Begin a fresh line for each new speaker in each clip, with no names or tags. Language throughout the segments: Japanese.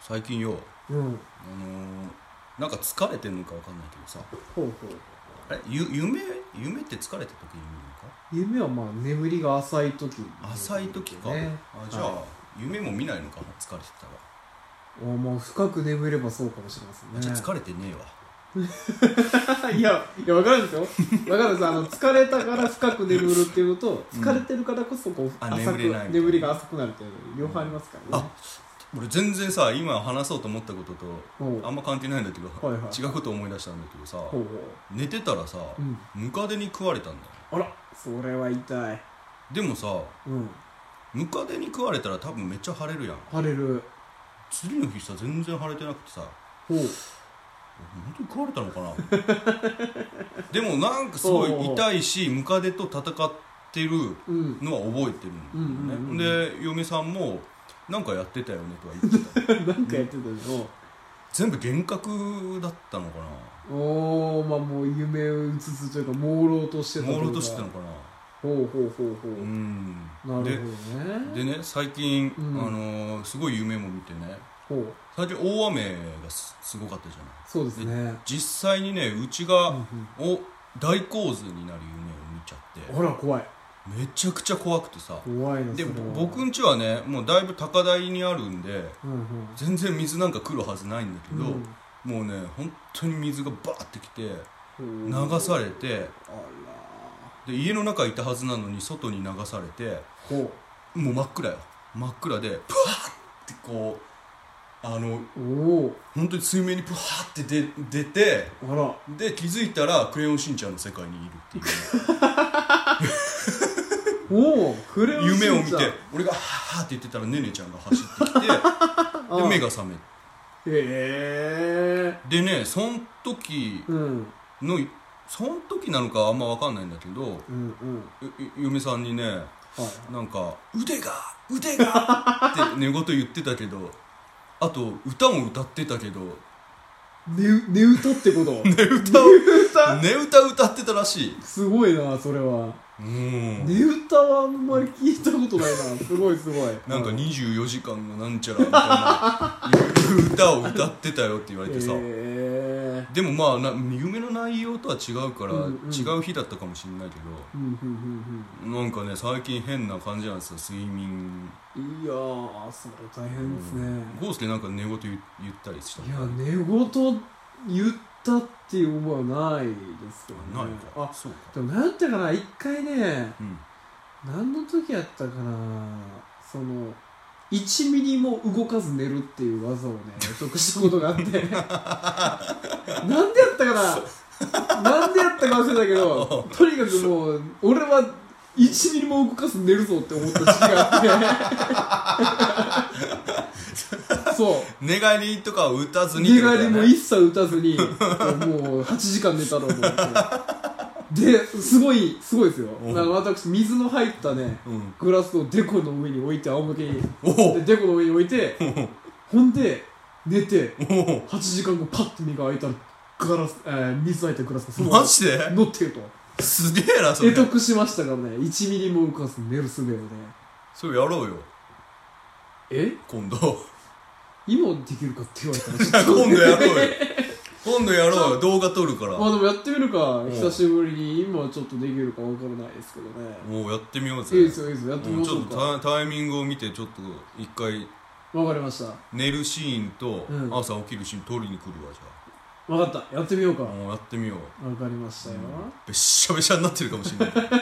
最近よ
うん
あのーなんか疲れてんのかわかんないけどさ
ほうほう
えゆ夢夢って疲れた時に見
夢はまあ眠りが浅い時、ね
るのか浅い時か、あじゃあ、
は
夢も見ないのか疲れてたら、
い、おもう深く眠ればそうかもしれません
あ
ね
じゃあ疲れてねえわ
いや、いや、わかるん ですよ。わかるんですあの、疲れたから深く眠るっていうのと、
うん
疲れてるからこそ、こう、
あ
浅
眠
く
れない
眠りが浅くなるっていうの、両方ありますからね
あ。俺全然さ今話そうと思ったことと
ほう
あんま関係ないんだけど、
はいはい
違うこと思い出したんだけどさ
ほうほ
寝てたらさ、
う。うん。
ムカデに食われたんだよ
あら、それは痛い。
でもさ
うん。
ムカデに食われたら多分めっちゃ腫れるやん
腫れる。
次の日さ全然腫れてなくてさ
ほう。
本当に食われたのかなでもなん かすご
おうおう
い痛いしムカデと戦ってる
うん。
のは覚えてる
うん
んだよね、
うんうん
で嫁さんも「なんかやってたよね」とは言って た
なんかやってたの。
全部幻覚だったのかな
おー、まあもう夢うつつというか、朦朧としてたという
朦
か。
朧としてたのかな
ほうほうほうほう。
うん
なる
で
ほどね。
でね最近、
うん
あのーすごい夢も見てね
ほう。
最近大雨がすすごかったじゃない
そうですね。
実際にねうち
うんう
が、
ん
お大洪水になる夢を見ちゃって
あら、怖い。
めちゃくちゃ怖くてさ
怖いな、
で
それは
僕ん家はねもうだいぶ高台にあるんで
うんうん。
全然水なんか来るはずないんだけど、
うん
もうね本当に水がバーってきて
流
流されて
あら
で家の中いたはずなのに外に流されて
ほ
もう真っ暗よ真っ暗でプワーってこうあの
うおお
本当に水面にプワーって出出て
あら
で気づいたら「クレヨンしんちゃん」の世界にいるっていう
おおクレヨンしんち
夢
ゃん
を見て俺が「はーって言ってたらねねちゃんが走って きてで
あ
目が覚め
へえ
でねそん時
うん
のそん時なのかあんま分かんないんだけど
うんうん
ゆゆ嫁さんにね
はい
なんか「腕が腕が!」って寝言言ってたけどあと歌も歌ってたけど
寝寝歌っ てこと 寝
歌を
歌
寝歌歌ってたらしい
すごいなそれは
うん
寝歌はあんまり聞いたことないなすごいすごい
なんか
う
24時間がなんちゃらみたいないう歌を歌ってたよって言われてさ、
へえ
でもまあな夢の内容とは違うから、
うんうん
違う日だったかもしれないけど
うんうん
なんかね最近変な感じなんですよ睡眠
うんうんいやーそれ大変ですね
ゴースケなんか寝言言言ったりした
いや寝言言ったっていう思いはないですけどね
ないか
あ
そうか
でもなんやったかな一回ね
うん
何の時やったかなその1ミリも動かず寝るっていう技を ね得したことがあってなんでやったかななんでやったか忘れたけ どとにかくもう俺は1ミリも動かず寝るぞって思った時期があって そう
寝返りとかを打たずに
寝返りも
い
一切打たずにもう8時間寝たろうと思 ってですごいすごいですよ
おう
なんか私水の入ったね
うん
グラスをデコの上に置いて仰向けに
おお
でデコの上に置 いてほんで寝て
おお
8時間後パッて目が開いたらガラス、えー水入ったグラスがそのまま
マジで
乗ってると
すげえなそれ
得得しましたからね1ミリも動かず寝る術をね
それやろうよ
え
今度
今できるかって言われたらちょ
今度
っと
やろうよ今度やろうよ動画撮るから
まあでもやってみるか
ん
久しぶりに今はちょっとできるか分からないですけどね
もうやってみようぜ
いいですよいいですよやってみ
う
ま
ん
し
ちょ
ょう
っ
か
とタタイミングを見てちょっと一回
分かりました
寝るシーンと
うん
朝起きるシーン撮りに来るわじゃ
分かったやってみようか
あ、もうやってみよう
分かりましたよ、
べっしゃべしゃになってるかもしれ ないけど
ね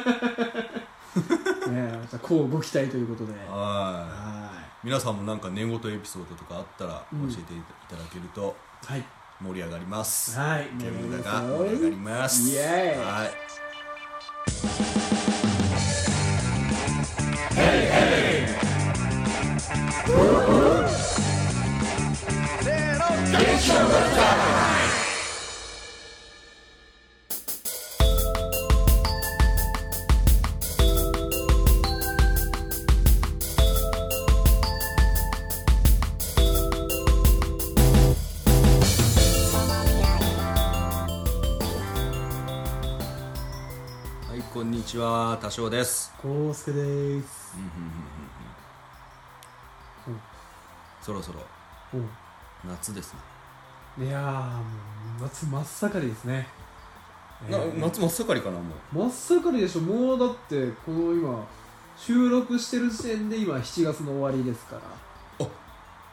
えじゃあこうご期待ということでは
はいい皆さんもなんか寝言エピソードとかあったら教
うん
えていただけると
はい
盛り上がります、
はい
ゲームが盛り上がります
イエーイ
はいはいこんにちは多少です
こうすけでーす
そろそろ
うん
夏ですね
いやーもう夏真っ盛りですね
な
えー
夏真っ盛りかなもう
真っ盛りでしょもうだってこの今収録してる時点で今7月の終わりですから
あ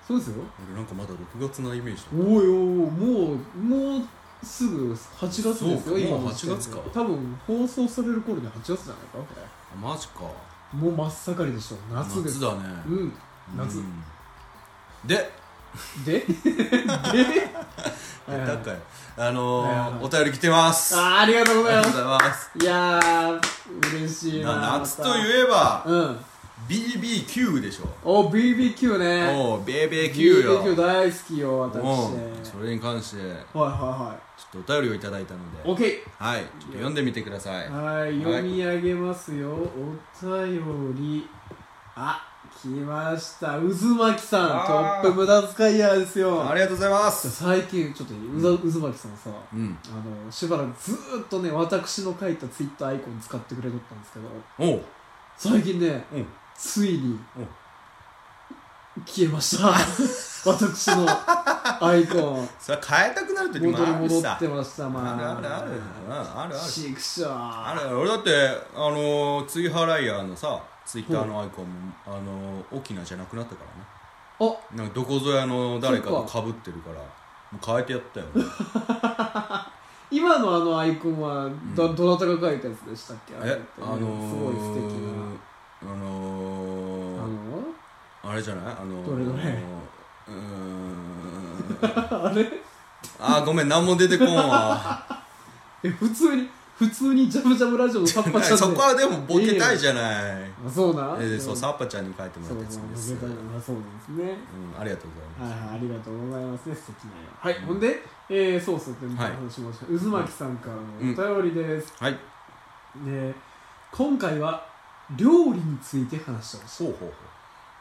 そうですよ
俺なんかまだ6月なイメージだ
おいおいおいもうもうすぐ8月ですよ
そうか
今
もう
の時点で
8月か
多分放送される頃に8月じゃないかこ
あマジか
れもう真っ盛りでしょ夏です
夏だね
うん夏
うんで
でで
やったんかいあ
はい
の
はい
ーお便り来てますあ
あーありがとうご
り
ざい
がとう
ま
ご
す
ざいます
いやー嬉しいな
な夏と
う
いえば
うん
BBQ でしょ
お BBQ ね
おう BBQ よ
BBQ 大好きよ私は
うんそれに関して
いは
ちょっとお便りをいただいたの
いはい
で
OK
はいちょっと読んでみてください
はい読み上げますよお便りあ来ました渦巻さ
あー
んトップ無駄遣いヤーですよ
ありがとうございます
最近ちょっとうざ渦巻さんさ
うん
あのしばらくずーっとね私の書いたツイッターアイコン使ってくれとったんですけど
おう
最近ね
うん
ついに消えました 私のアイコン
それは変えたくなる時も
元に
あるし
戻
さ
ってましたま
ある
あ
あるあるうんあるある
シークショ
あ
ー
れ俺だってあのー、ツイハライヤーのさツイッターのアイコンも、あのー、沖縄じゃなくなったからね
お
なんかどこぞやの誰かとかぶってるからもう変えてやったよ
今のあのアイコンはど,、
うん
どなたが描いたやつでしたっけあれ
え
って
あのー、
すごい素敵な
あ
あ
のー、
の
あれじゃないあのー、
どれどれ
うーん
あれ
あーごめん何も出てこん わ
え普通に普通にジャブジャブラジオのサッパちゃんで
そこはでもボケたいじゃない
あそうな
えー、そう
サ
サッパちゃんに書いても
そ
らっ
う
たやつ
そう
です
ボケたいのがそうなんですね
うん、ありがとうござい
はい
ます、
はい、ありがとうございますね、素敵なよ。はい、ほんで、えー、そうそうって
はい
話しました。渦巻さんからのお便りです。
はい
で、今回は料理について話してほしい。
ほうほうほう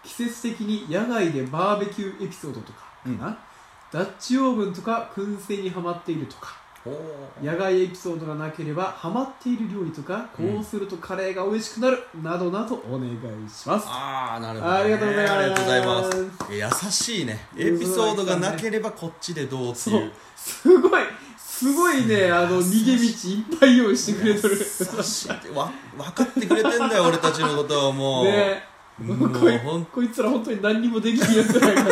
季節的に野外でバーベキューエピソードとかかな、
う
ダッチオーブンとか燻製にはまっているとか
ほう
野外エピソードがなければはまっている料理とかこ
うん
うするとカレーが美味しくなる、などなどお願いします
ああなるほど、ね、
ありがとうございます
ありがとうございます優しいねエピソードがなければこっちでどうって
そ
いう
うすごいすごいねあの
優
逃げ道いっぱい用意してくれとる
優しいわ分かってくれてんだよ俺たちのことをもう、
ね
もう
こい
ほん
こいつら本当に何にもできんやつらやか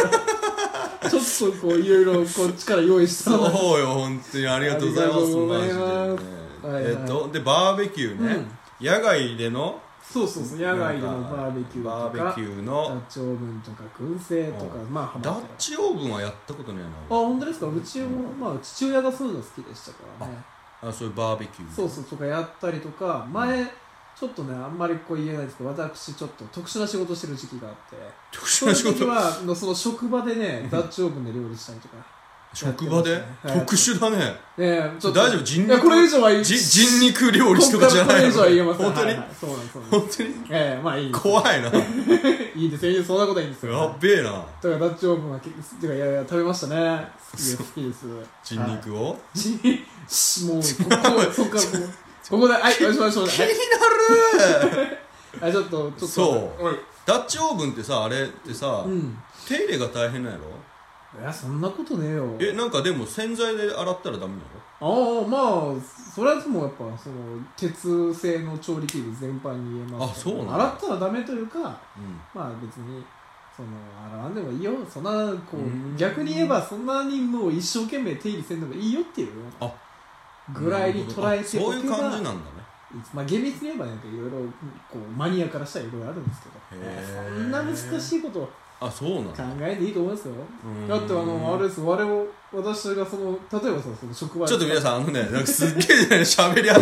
らちょっとこういろいろこっちから用意したの
そうよ本当にありがとうございます
ありがとうございま
マジで
す
ね、
はいはい
えっとでバーベキューね、野外での
そうそうそう野外でのバーベキュー
バ
と
ーベ
か
キュー
ダ
の
ッチオーブンとか燻製とか、
う
まあハマ
ダ
っ
ッ
てる
チオーブンはやったことないな
あ本当ですかうちも、まあ、父親がそういうの好きでしたからね
あそういうバーベキュー
そうそうとかやったりとか前ちょっとねあんまりこう言えないんですけど私ちょっと特殊な仕事してる時期があって
特殊
その
な仕
時
事
はのその職場で ねダッチオーブンで料理したりとか
職場で、
はい
特殊だね
ええちょ
大
っ
丈
と
夫人
いやこれ以上は言い
じ人肉料理とかじゃないの
ここからこれ以上は言えません
本当に、
はいはいそうなんですそうなんです
本当に
ええまあいいです
怖いなや
いいですよいいですそんなことはいいんですよ
っべえな
だからダッチオーブンは結構てかいやいや食べましたね好きです好きです
人肉を、
ち しもうここそっからこうここではいおしましょう
気になる
はいちょっとちょっと
そう
はい
ダッチオーブンってさあれってさ、
うん
手入れが大変なんやろ
いやそんなことねえよ
えなんかでも洗剤で洗ったらダメなの
ああまあそれはでもやっぱその鉄製の調理器具全般に言えますけど
あそうなんだ
洗ったらダメというか
うん
まあ別にその洗わんでもいいよそんな
う
こ
ん
う逆に言えばそんなにもう一生懸命手入れせんでもいいよっていう
あ
ぐらいに捉えて
あ
お
そうい
け
う
ば
感じなんだね
まあ厳密に言えばなんかいろいろこうマニアからしたらいろいろあるんですけど
へー
そんな難しいことを
あそうなん
考
だ
えていいと思いますよ
うん
だってあのあれです我々私がその例えばさその職場で
ちょっと皆さん、あのね、なんかすっげえね喋り合う。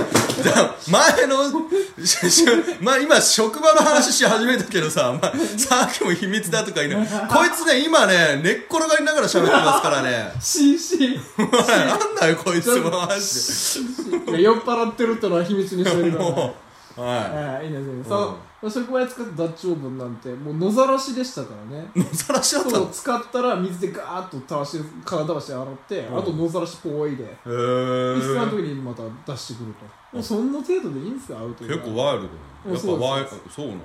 前の、ししまあ今、職場の話し始めたけどさ、まあ、さっきも秘密だとか言い ながら、こいつね、今ね、寝っ転がりながら喋ってますからね。
しし
おいなんだよ、こいつもマジ
酔っ払ってるってのは秘密にして
で。
るから、ね、
もう、は
ええいいですね、
うん
そう職場で使ったダッチオーブンなんてもう野ざらしでしたからね
い。のさらしだった
そ
の
う使ったら水でガーッとたわして体はして洗って、
うん
あと野ざらしぽいで
へ
必要な
ー
時にまた出してくると、もうそんな程度でいいんですかアウト
結構ワイルドだね。やっぱワイ
そう
そうなんだ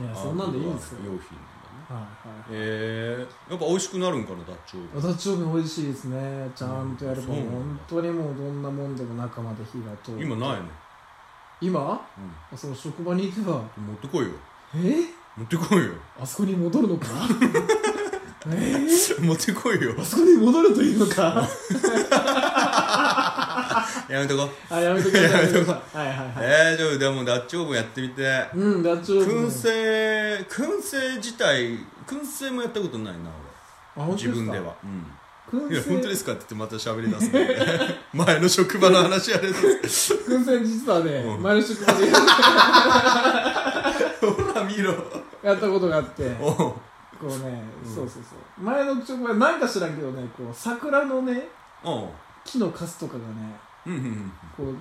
ね。
いやそんなんでいいんですよ
用品なんだね。
はい
えー、やっぱ美味しくなるんかなダッチョウ
おだちょう美味しいですねちゃんとやれば
うんそうなんだ
本当にもうどんなもんでも中まで火が通る
今ないね、
今その職場に行けば
うん、持ってこいよ
え
持ってこい よ
あそこに戻るのか えー、
持ってこいよ
あそこに戻るという のか
やめとこ
あやめとく ださいやめとくださいはいはいはい
えー、じゃあでもダッチョウもやってみて
うんダチョウ
燻製燻製自体燻製もやったことないな
あ
俺
本当
自
す
分
か
ではうん
燻
い
製
や本当ですかって言ってまた喋り出すもんね前の 職場の話あれです
燻製実はね、
うん
前の職場で
ほら見ろ
やったことがあってこ
おう
うね、
うん
そうそうそう前の職場なんか知らんけどねこう桜のね
おう
木のカスとかがね
うんうんうん
こう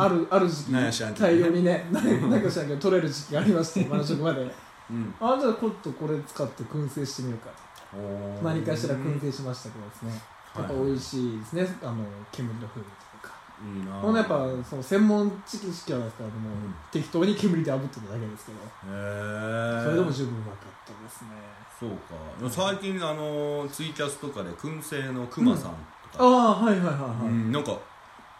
あるある時期
なんや知らんけどね
大量に ねななんか知らんけど取れる時期がありまして前の職場で
うん
あじゃあ今度これ使って燻製してみようか
おー
何かしら燻製しましたけどですねやっぱ美味しいですねあの煙の風味というか
いいな
ほんでやっぱその専門知識はないですからもう、
ん
適当に煙で炙ってただけですけど
へー
それでも十分うまかったですね
そうか最近あのツイキャスとかで燻製のクマさんと
あ
か、
あはいはいはいはい、
うんなんか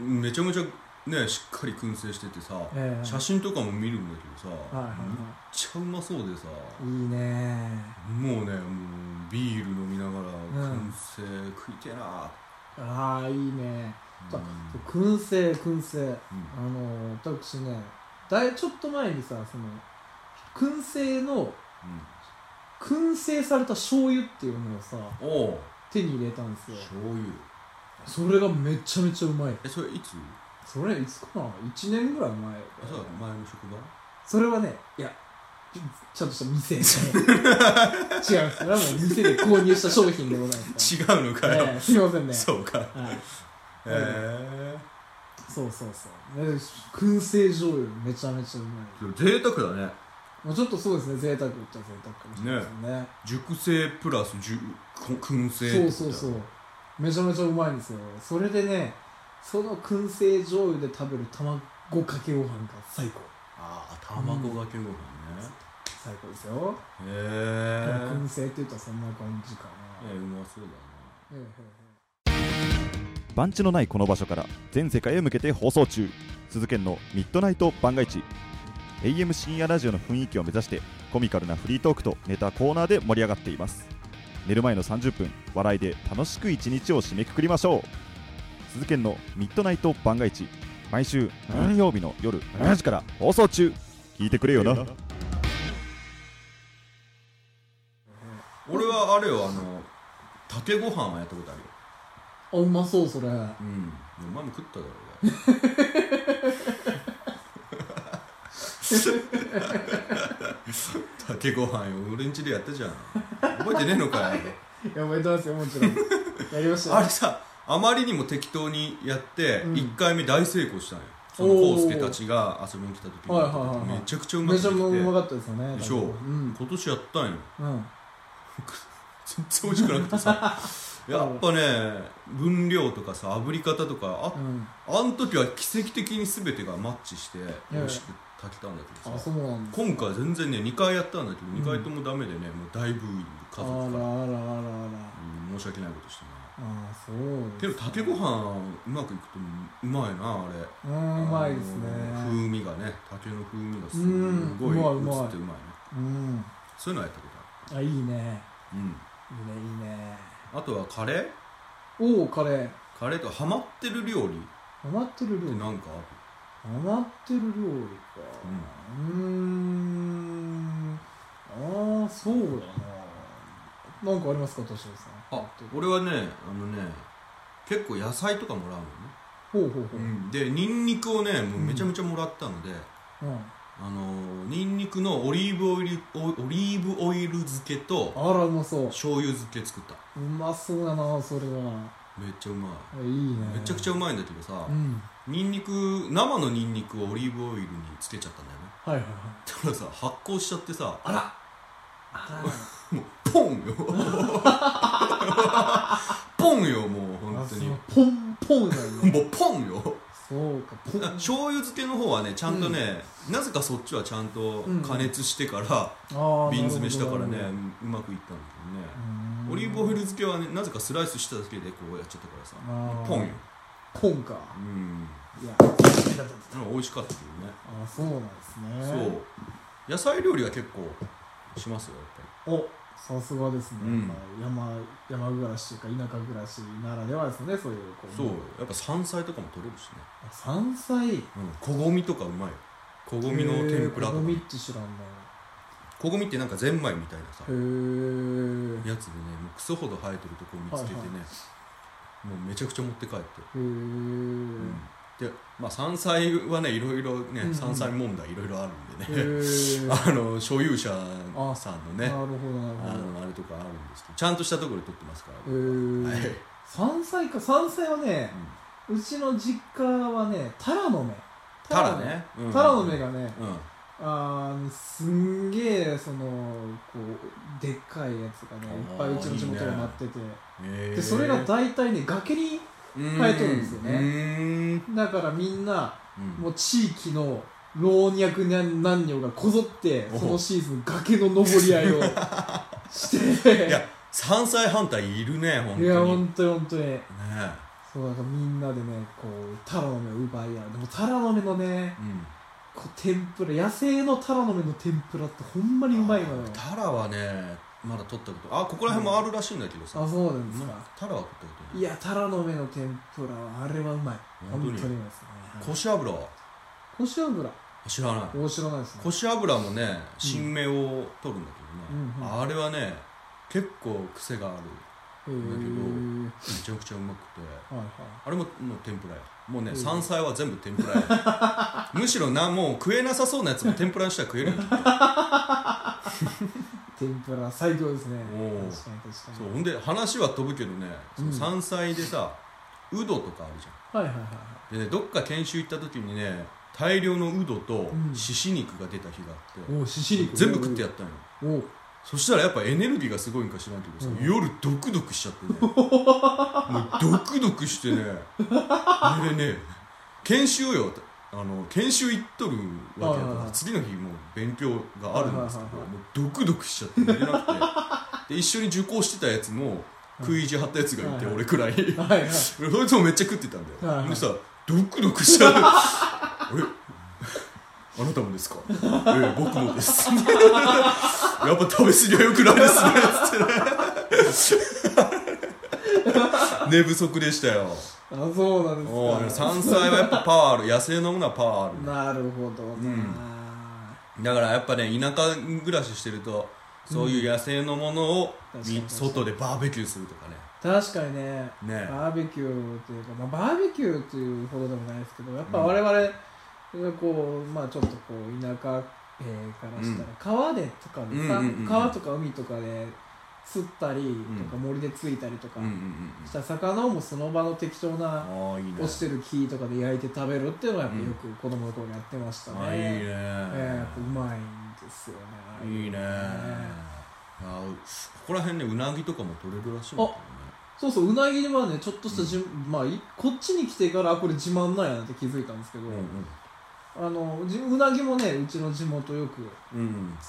めちゃめちゃねしっかり燻製しててさ、
ええ
写真とかも見るんだけどさ、
はいはい
めっちゃうまそうでさ、
はいいいね
もうねもうビール飲みながら
うん
燻製食いてえな、
ああいいね
う
あ
ん
燻製燻製
うん
あの私ねだいちょっと前にさその燻製の燻製された醤油っていうのをさ
うんおう
手に入れたんですよ
醤油
それがめちゃめちゃうまい
えそれいつ
それいつかな1年ぐらい前
あそうだ前の職場
それはねいやちゃんとした店違う それはもう店で購入した商品でございます
違うの
か、
からよ、
ええすいませんね
そうか
はい、
へ
う
え
んそうそうそうね燻製醤油めちゃめちゃうまい
でも贅沢だね
もうちょっとそうですね贅沢っちゃ贅沢かもしれないですね
熟成プラスじゅこ燻製
そうそうそうめちゃめちゃうまいんですよそれでねその燻製醤油で食べる卵かけご飯が最高
ああ卵かけご飯ね、
最高ですよ、
へ
え
え
燻製って言ったらそんな感じか
え
な、
うまそうだね
ええ
番地のないこの場所から全世界へ向けて放送中鈴研のミッドナイト番外地 AM 深夜ラジオの雰囲気を目指してコミカルなフリートークとネタコーナーで盛り上がっています寝る前の30分笑いで楽しく一日を締めくくりましょう鈴研のミッドナイト番外地毎週何曜日の夜7時から放送中聞いてくれよな
俺はあれよあの竹ご飯はやったことあるよ
あうまそうそれ
うんお前も食っただろ俺 竹ご飯よ俺ん家でやったじゃん覚えてねえのかよ
やめてますよもちろ んやりました
あ
よ
れさあまりにも適当にやって、
うん
一1回目大成功したのよその
おー
康介たちが遊びに来た時に、
はいはいはいはい
めちゃくちゃうま
め
く
ちゃ
できて
うまかったですよね
でしょ
多分うん
今年やったんよ
うん
全然美味しくなくて さやっぱね分量とかさ炙り方とか
う
あ
ん
あん時は奇跡的に全てがマッチして美味しく炊けたんだけど
あ
さ
そうなんだ
今回全然ね2回やったんだけど、
ん
2回ともダメでねもう大ブーイング
あ
家
ら
族から、
あらあらあら
うん申し訳ないことしてね
ああそう
けど
です
竹ご飯うまくいくとうまいなあれ
うーんうまいですね
あの風味がね竹の風味がす
うん
ごいう
まいう
移
まい
ってうまいね
うん
そういうのはやったこと
あいいね
ある、うん、
いいねいいね
あとはカレー
おおカレー
カレーとハマってる料理っ
余ってる料
て
理
なんかある
余ってる料理かうーんああそうだななんかありますか敏郎さん
あ俺はねあのね結構野菜とかもらうのね、
ほうほうほう
うん、でニンニクをねもうめちゃめちゃもらったので、
うん
あのニンニクのオリーブオイルオオリーブオイル漬けと
あらうまそう
醤油漬け作った
うまそうだなそれは
めっちゃうま
あいいね
いめちゃくちゃうまいんだけどさ
うん
ニンニク生のニンニクをオリーブオイルにつけちゃったんだよね
はいはいはい
だからさ発酵しちゃってさ
あらあら
もうポ ンよポンよもう本
あ
当
そ
に
のポンポンだよね
もうポンよ
そうかポン
醤油漬けの方はねちゃんとね、なぜかそっちはちゃんと加熱してから、
あー
瓶詰めしたからね
なるほどなる
うまくいったんだけどね、
ほど
オリーブオイル漬けはねなぜかスライスしただけでこうやっちゃったからさ
あー
ポンよ
ポンか
うん
いやあ
うん美味しかったけ
あそうなんです
どね、
ね
そう野菜料理は結構しますよやっぱり
そうおさすがですね、
うん
山山暮らしというか田舎暮らしならではですねそういうこう
そうやっぱ山菜とかも取れるしね、
あ山菜
うん、小ごみとかうまいよ小ごみの天ぷらと
へー
か
こごみって知らん
小ごみってなんかゼンマイみたいなさ
なへえ
やつでねもうクソほど生えてるとこ見つけてね、
はい
もうめちゃくちゃ持って帰って、う
へ
ん
え
でまあ山菜はねいろいろね、
うんうん
山菜問題いろいろあるんでね、
へえ
あの所有者さんのね
なるほどなる
あ
ほど
のあれとかあるんですけどちゃんとしたところで撮ってますから、
へー
はい、うん
山菜か山菜はねうちの実家はねタラの芽
タラねうん
タラの芽がね
うん
あーすんげえそのこうでっかいやつがねいっぱいうちの地元でなってて
へー
でそれが大体ね崖に生えとるんですよね
うーん
だからみんな
うん
もう地域の老若男女がこぞってそのシーズン崖の登り合いをし て
いや山菜反対いるね本当
い
に
や
ね
本当に本当に
え
そうなんかみんなでねこうタラの芽を奪い合うでもタラの芽のね
うん
こう天ぷら野生のタラの芽の天ぷらってほんまにうまいのよ
タラはねまだ取ったことあここら辺もあるらしいんだけどさ、
あそうなんですか、
まあタラは取ったことない
いや、タラの芽の天ぷらは、あれはうまい。
本
本
当
当
に
にうまいですね。
こし油は
こし油。
知らない
大白なんですね。
こし油もね新芽を取るんだけどね、
うんうん
あれはね結構癖がある
へー
だめちゃくちゃうまくて
はいはい。
あれももう天ぷらやもうね、
うん
山菜は全部天ぷらや むしろなもう食えなさそうなやつも天ぷらにしたら食えるよ
天ぷら最強ですね。
おー
確かに確かに。
そうほんで話は飛ぶけどね、その
うん
山菜でさウドとかあるじ
はいはいはい
ゃんでねどっか研修行った時にね大量のウドと
うん
獅子肉が出た日があって、
はい。おー、シシリ
全部食ってや
っ
ったのよ
おー
そしたらやっぱエネルギーがすごいんか知らんけどさ、
うん
夜ドクドクしちゃってね もうドクドクしてね寝れねえ研修よあの研修行っとるわけだ
はい
か
はい
ら
はい
次の日もう勉強があるんですけど
はいはい
もうドクドクしちゃって寝れなくてで一緒に受講してたやつも食い意地張ったやつがいて
はいはい
俺くらい
はいはい。
そいつもめっちゃ食ってたんだよ、
はいはい
でさドクドクしちゃうあ れあなたもですかええ僕もです やっぱ食べ過ぎは良くないですねつってね寝不足でしたよ
あ、そうなんです
おう
か。
山菜はやっぱパワーある野生のものはパワーあるね
なるほどな。
んだからやっぱね田舎暮らししてるとそういう野生のものを
うん
み
確かに
外でバーベキューするとかね
確かにね。
ね
バーベキューというか、まあ、バーベキューというほどでもないですけどやっぱ我々がこう、まあ、ちょっとこう田舎えーからしたら、川でとかでさ、
うんうんうんうん
川とか海とかで釣ったりとか、森でついたりとか
うんうんうん
した魚をもうその場の適当
あ
な
あーいいね
落ちてる木とかで焼いて食べるっていうのはやっぱよく子供の頃やってましたね、
あいいね、
えーやっぱうまいんですよねああうの
いいねあうここら辺ねうなぎとかも取れるらしいんだけどね
そうそううなぎはねちょっとしたじ、まあ、いこっちに来てからあこれ自慢なんやなって気づいたんですけど、あのじうなぎもねうちの地元よく
うんう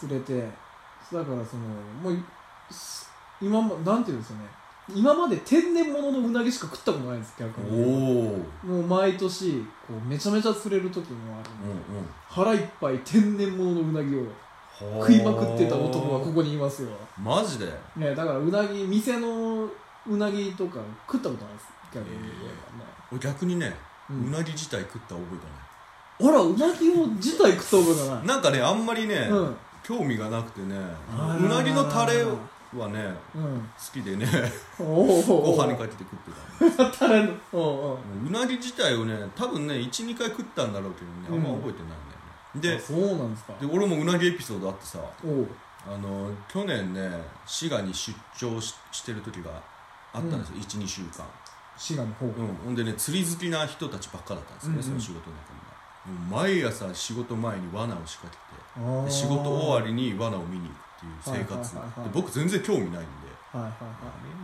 ん
連れてだからそのもういす今まなんていうんですかね今まで天然物のうなぎしか食ったことないんです逆
お
に
おー
もう毎年こうめちゃめちゃ釣れる時もある、
う
腹いっぱい天然物のうなぎを
んうん
食いまくってた男がここにいますよ、
マジで
ね、だからうなぎ店のうなぎとか食ったことないです逆に、
俺逆にね
う
うんなぎ自体食った覚え
あらうなぎを自体食った覚え
が
がな
ないいなんかねあんまりね
うん
興味がなくてね
あ
う
ら
なぎのタレはね
うん
好きでね
おー
ご飯にかけて食ってた
タレのうんうん
うなぎ自体をね多分ね12回食ったんだろうけどねあんま覚えてないんだよね
あそうなんですか
でで俺もうなぎエピソードあってさ
おう
あの去年ね滋賀に出張ししてる時があったんですよ、12週間、
滋賀の方
うん、ほんでね釣り好きな人たちばっかだったんですね、
うんうん
その仕事の中にはもう毎朝仕事前に罠を仕掛けて
あ
で
ー
仕事終わりに罠を見に行くっていう生活、
はいはいはいはい
で僕全然興味ないんで
はいはい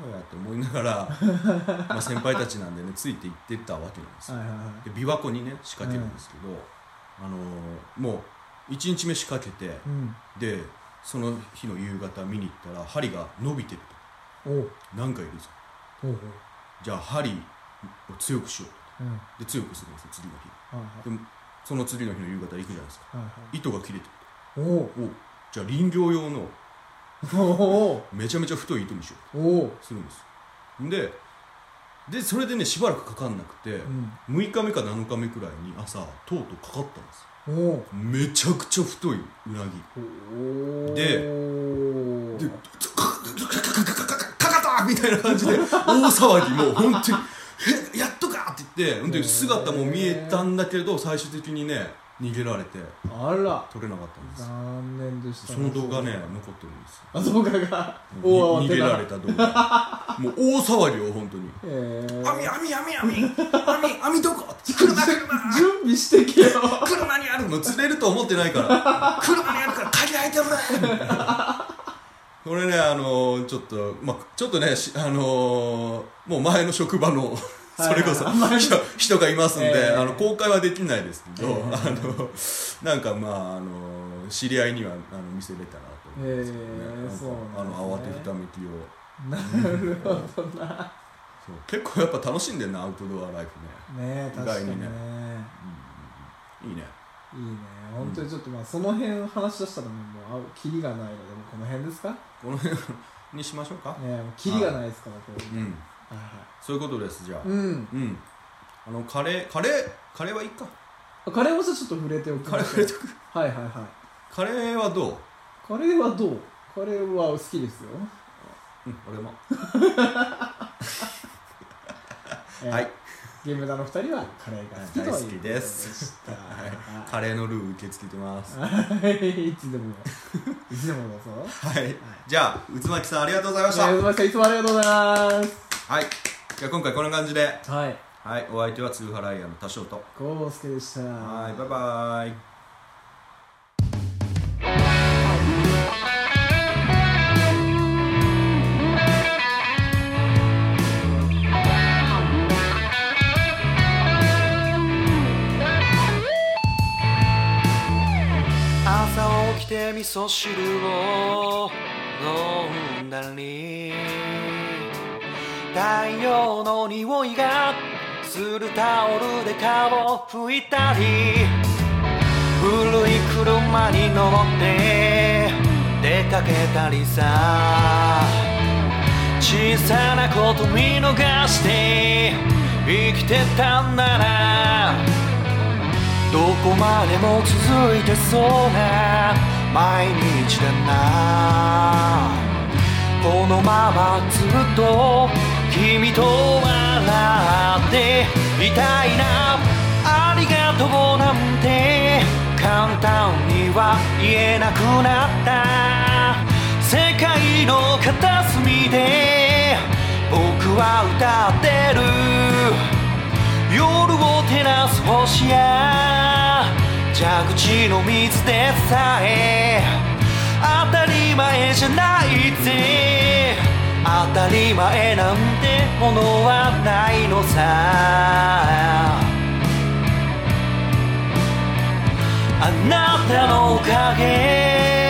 何をやって思いながら まあ先輩たちなんでねついて行ってたわけなんです
はい
よ、
はいはいはい
で琵琶湖にね仕掛けるんですけど、あのーもう1日目仕掛けて、
うん
でその日の夕方見に行ったら針が伸びてる
おう
となんかいるぞ
おうおう
じゃあ針を強くしよ
うんは
うで強くするんですよ次の日
いはい
でもその次の日の夕方行くじゃないですか
はいは
糸が切れて
いおう
るおうじゃあ林業用の
おう
めちゃめちゃ太い糸にしよ
おうおう
うするんですよででそれでねしばらくかかんなくて、
うん
6日目か7日目くらいに朝とうとうかかったんですよ
おう
めちゃくちゃ太いうなぎ
おう
で
おう
で、かかったみたいな感じで、大騒ぎ、もう本当に、えやっとかって言って、ほんで姿も見えたんだけど、最終的にね、逃げられて、
あら
取れなかったんです。
残念でした
その動画ね、残ってるんです
あ動画が
よ。
おう
に逃げられた動画。もう大騒ぎよ、本当に。
えー
網、網、網、網、網、網どこ車、車
準備してけよ
車にあるの釣れると思ってないから車にあるから鍵開いてるねみたいなこれねあのーちょっとまあちょっとねしあのーもう前の職場のそれこそ
はいはいはい
人人がいますんで、
ええ
あの公開はできないですけど、
ええ
あのなんかまああの知り合いにはあの見せれたなと思うんですけどね,
ええ
なんか、
そうなんですね
あの慌てふためきを
なるほどな
そう結構やっぱ楽しんでるなアウトドアライフね、
ねえ
意
確か
外
に
にね
ね
うん、いいね
いいね本当にちょっとまあその辺話し出したらねもうあキリがないのでもうこの辺ですかね
この辺にしましょうか、
えもうキリがないですからこれ
うん
は
そういうことですじゃあ、
いはいうん
うん。あの、カレー、カレー、カレーはいいか。
あカレーもちょっと触れておき
カ
ま
レー
し
触
ょう
れとく。
はいはいはい
カレーはどう
カレーはどうカレーは好きですよ
うん、俺も。
えー
はい。
ゲームダの二人はカレーが好きとい
大
う
好きです
ことでした
カレーのルー受け付けてます。
はい、いつでも、 いつでもだぞ。
はい。じゃあ、渦巻さんありがとうございまし
ありがと
た。
うございました。いつもありがとうございます。
はい。じゃあ今回こんな感じで。
はい、
はい。お相手はツーハライアーの多少と。
こうすけでした。
はい。バイバイ。
朝起きて味噌汁を飲んだり太陽の匂いがするタオルで顔を拭いたり古い車に乗って出かけたりさ小さなこと見逃して生きてたんだなどこまでも続いてそうな毎日だなこのままずっと君と笑っていたいなありがとうなんて簡単には言えなくなった世界の片隅で僕は歌ってる夜を照らす星や蛇口の水でさえ当たり前じゃないぜ当たり前なんてものはないのさあなたのおかげ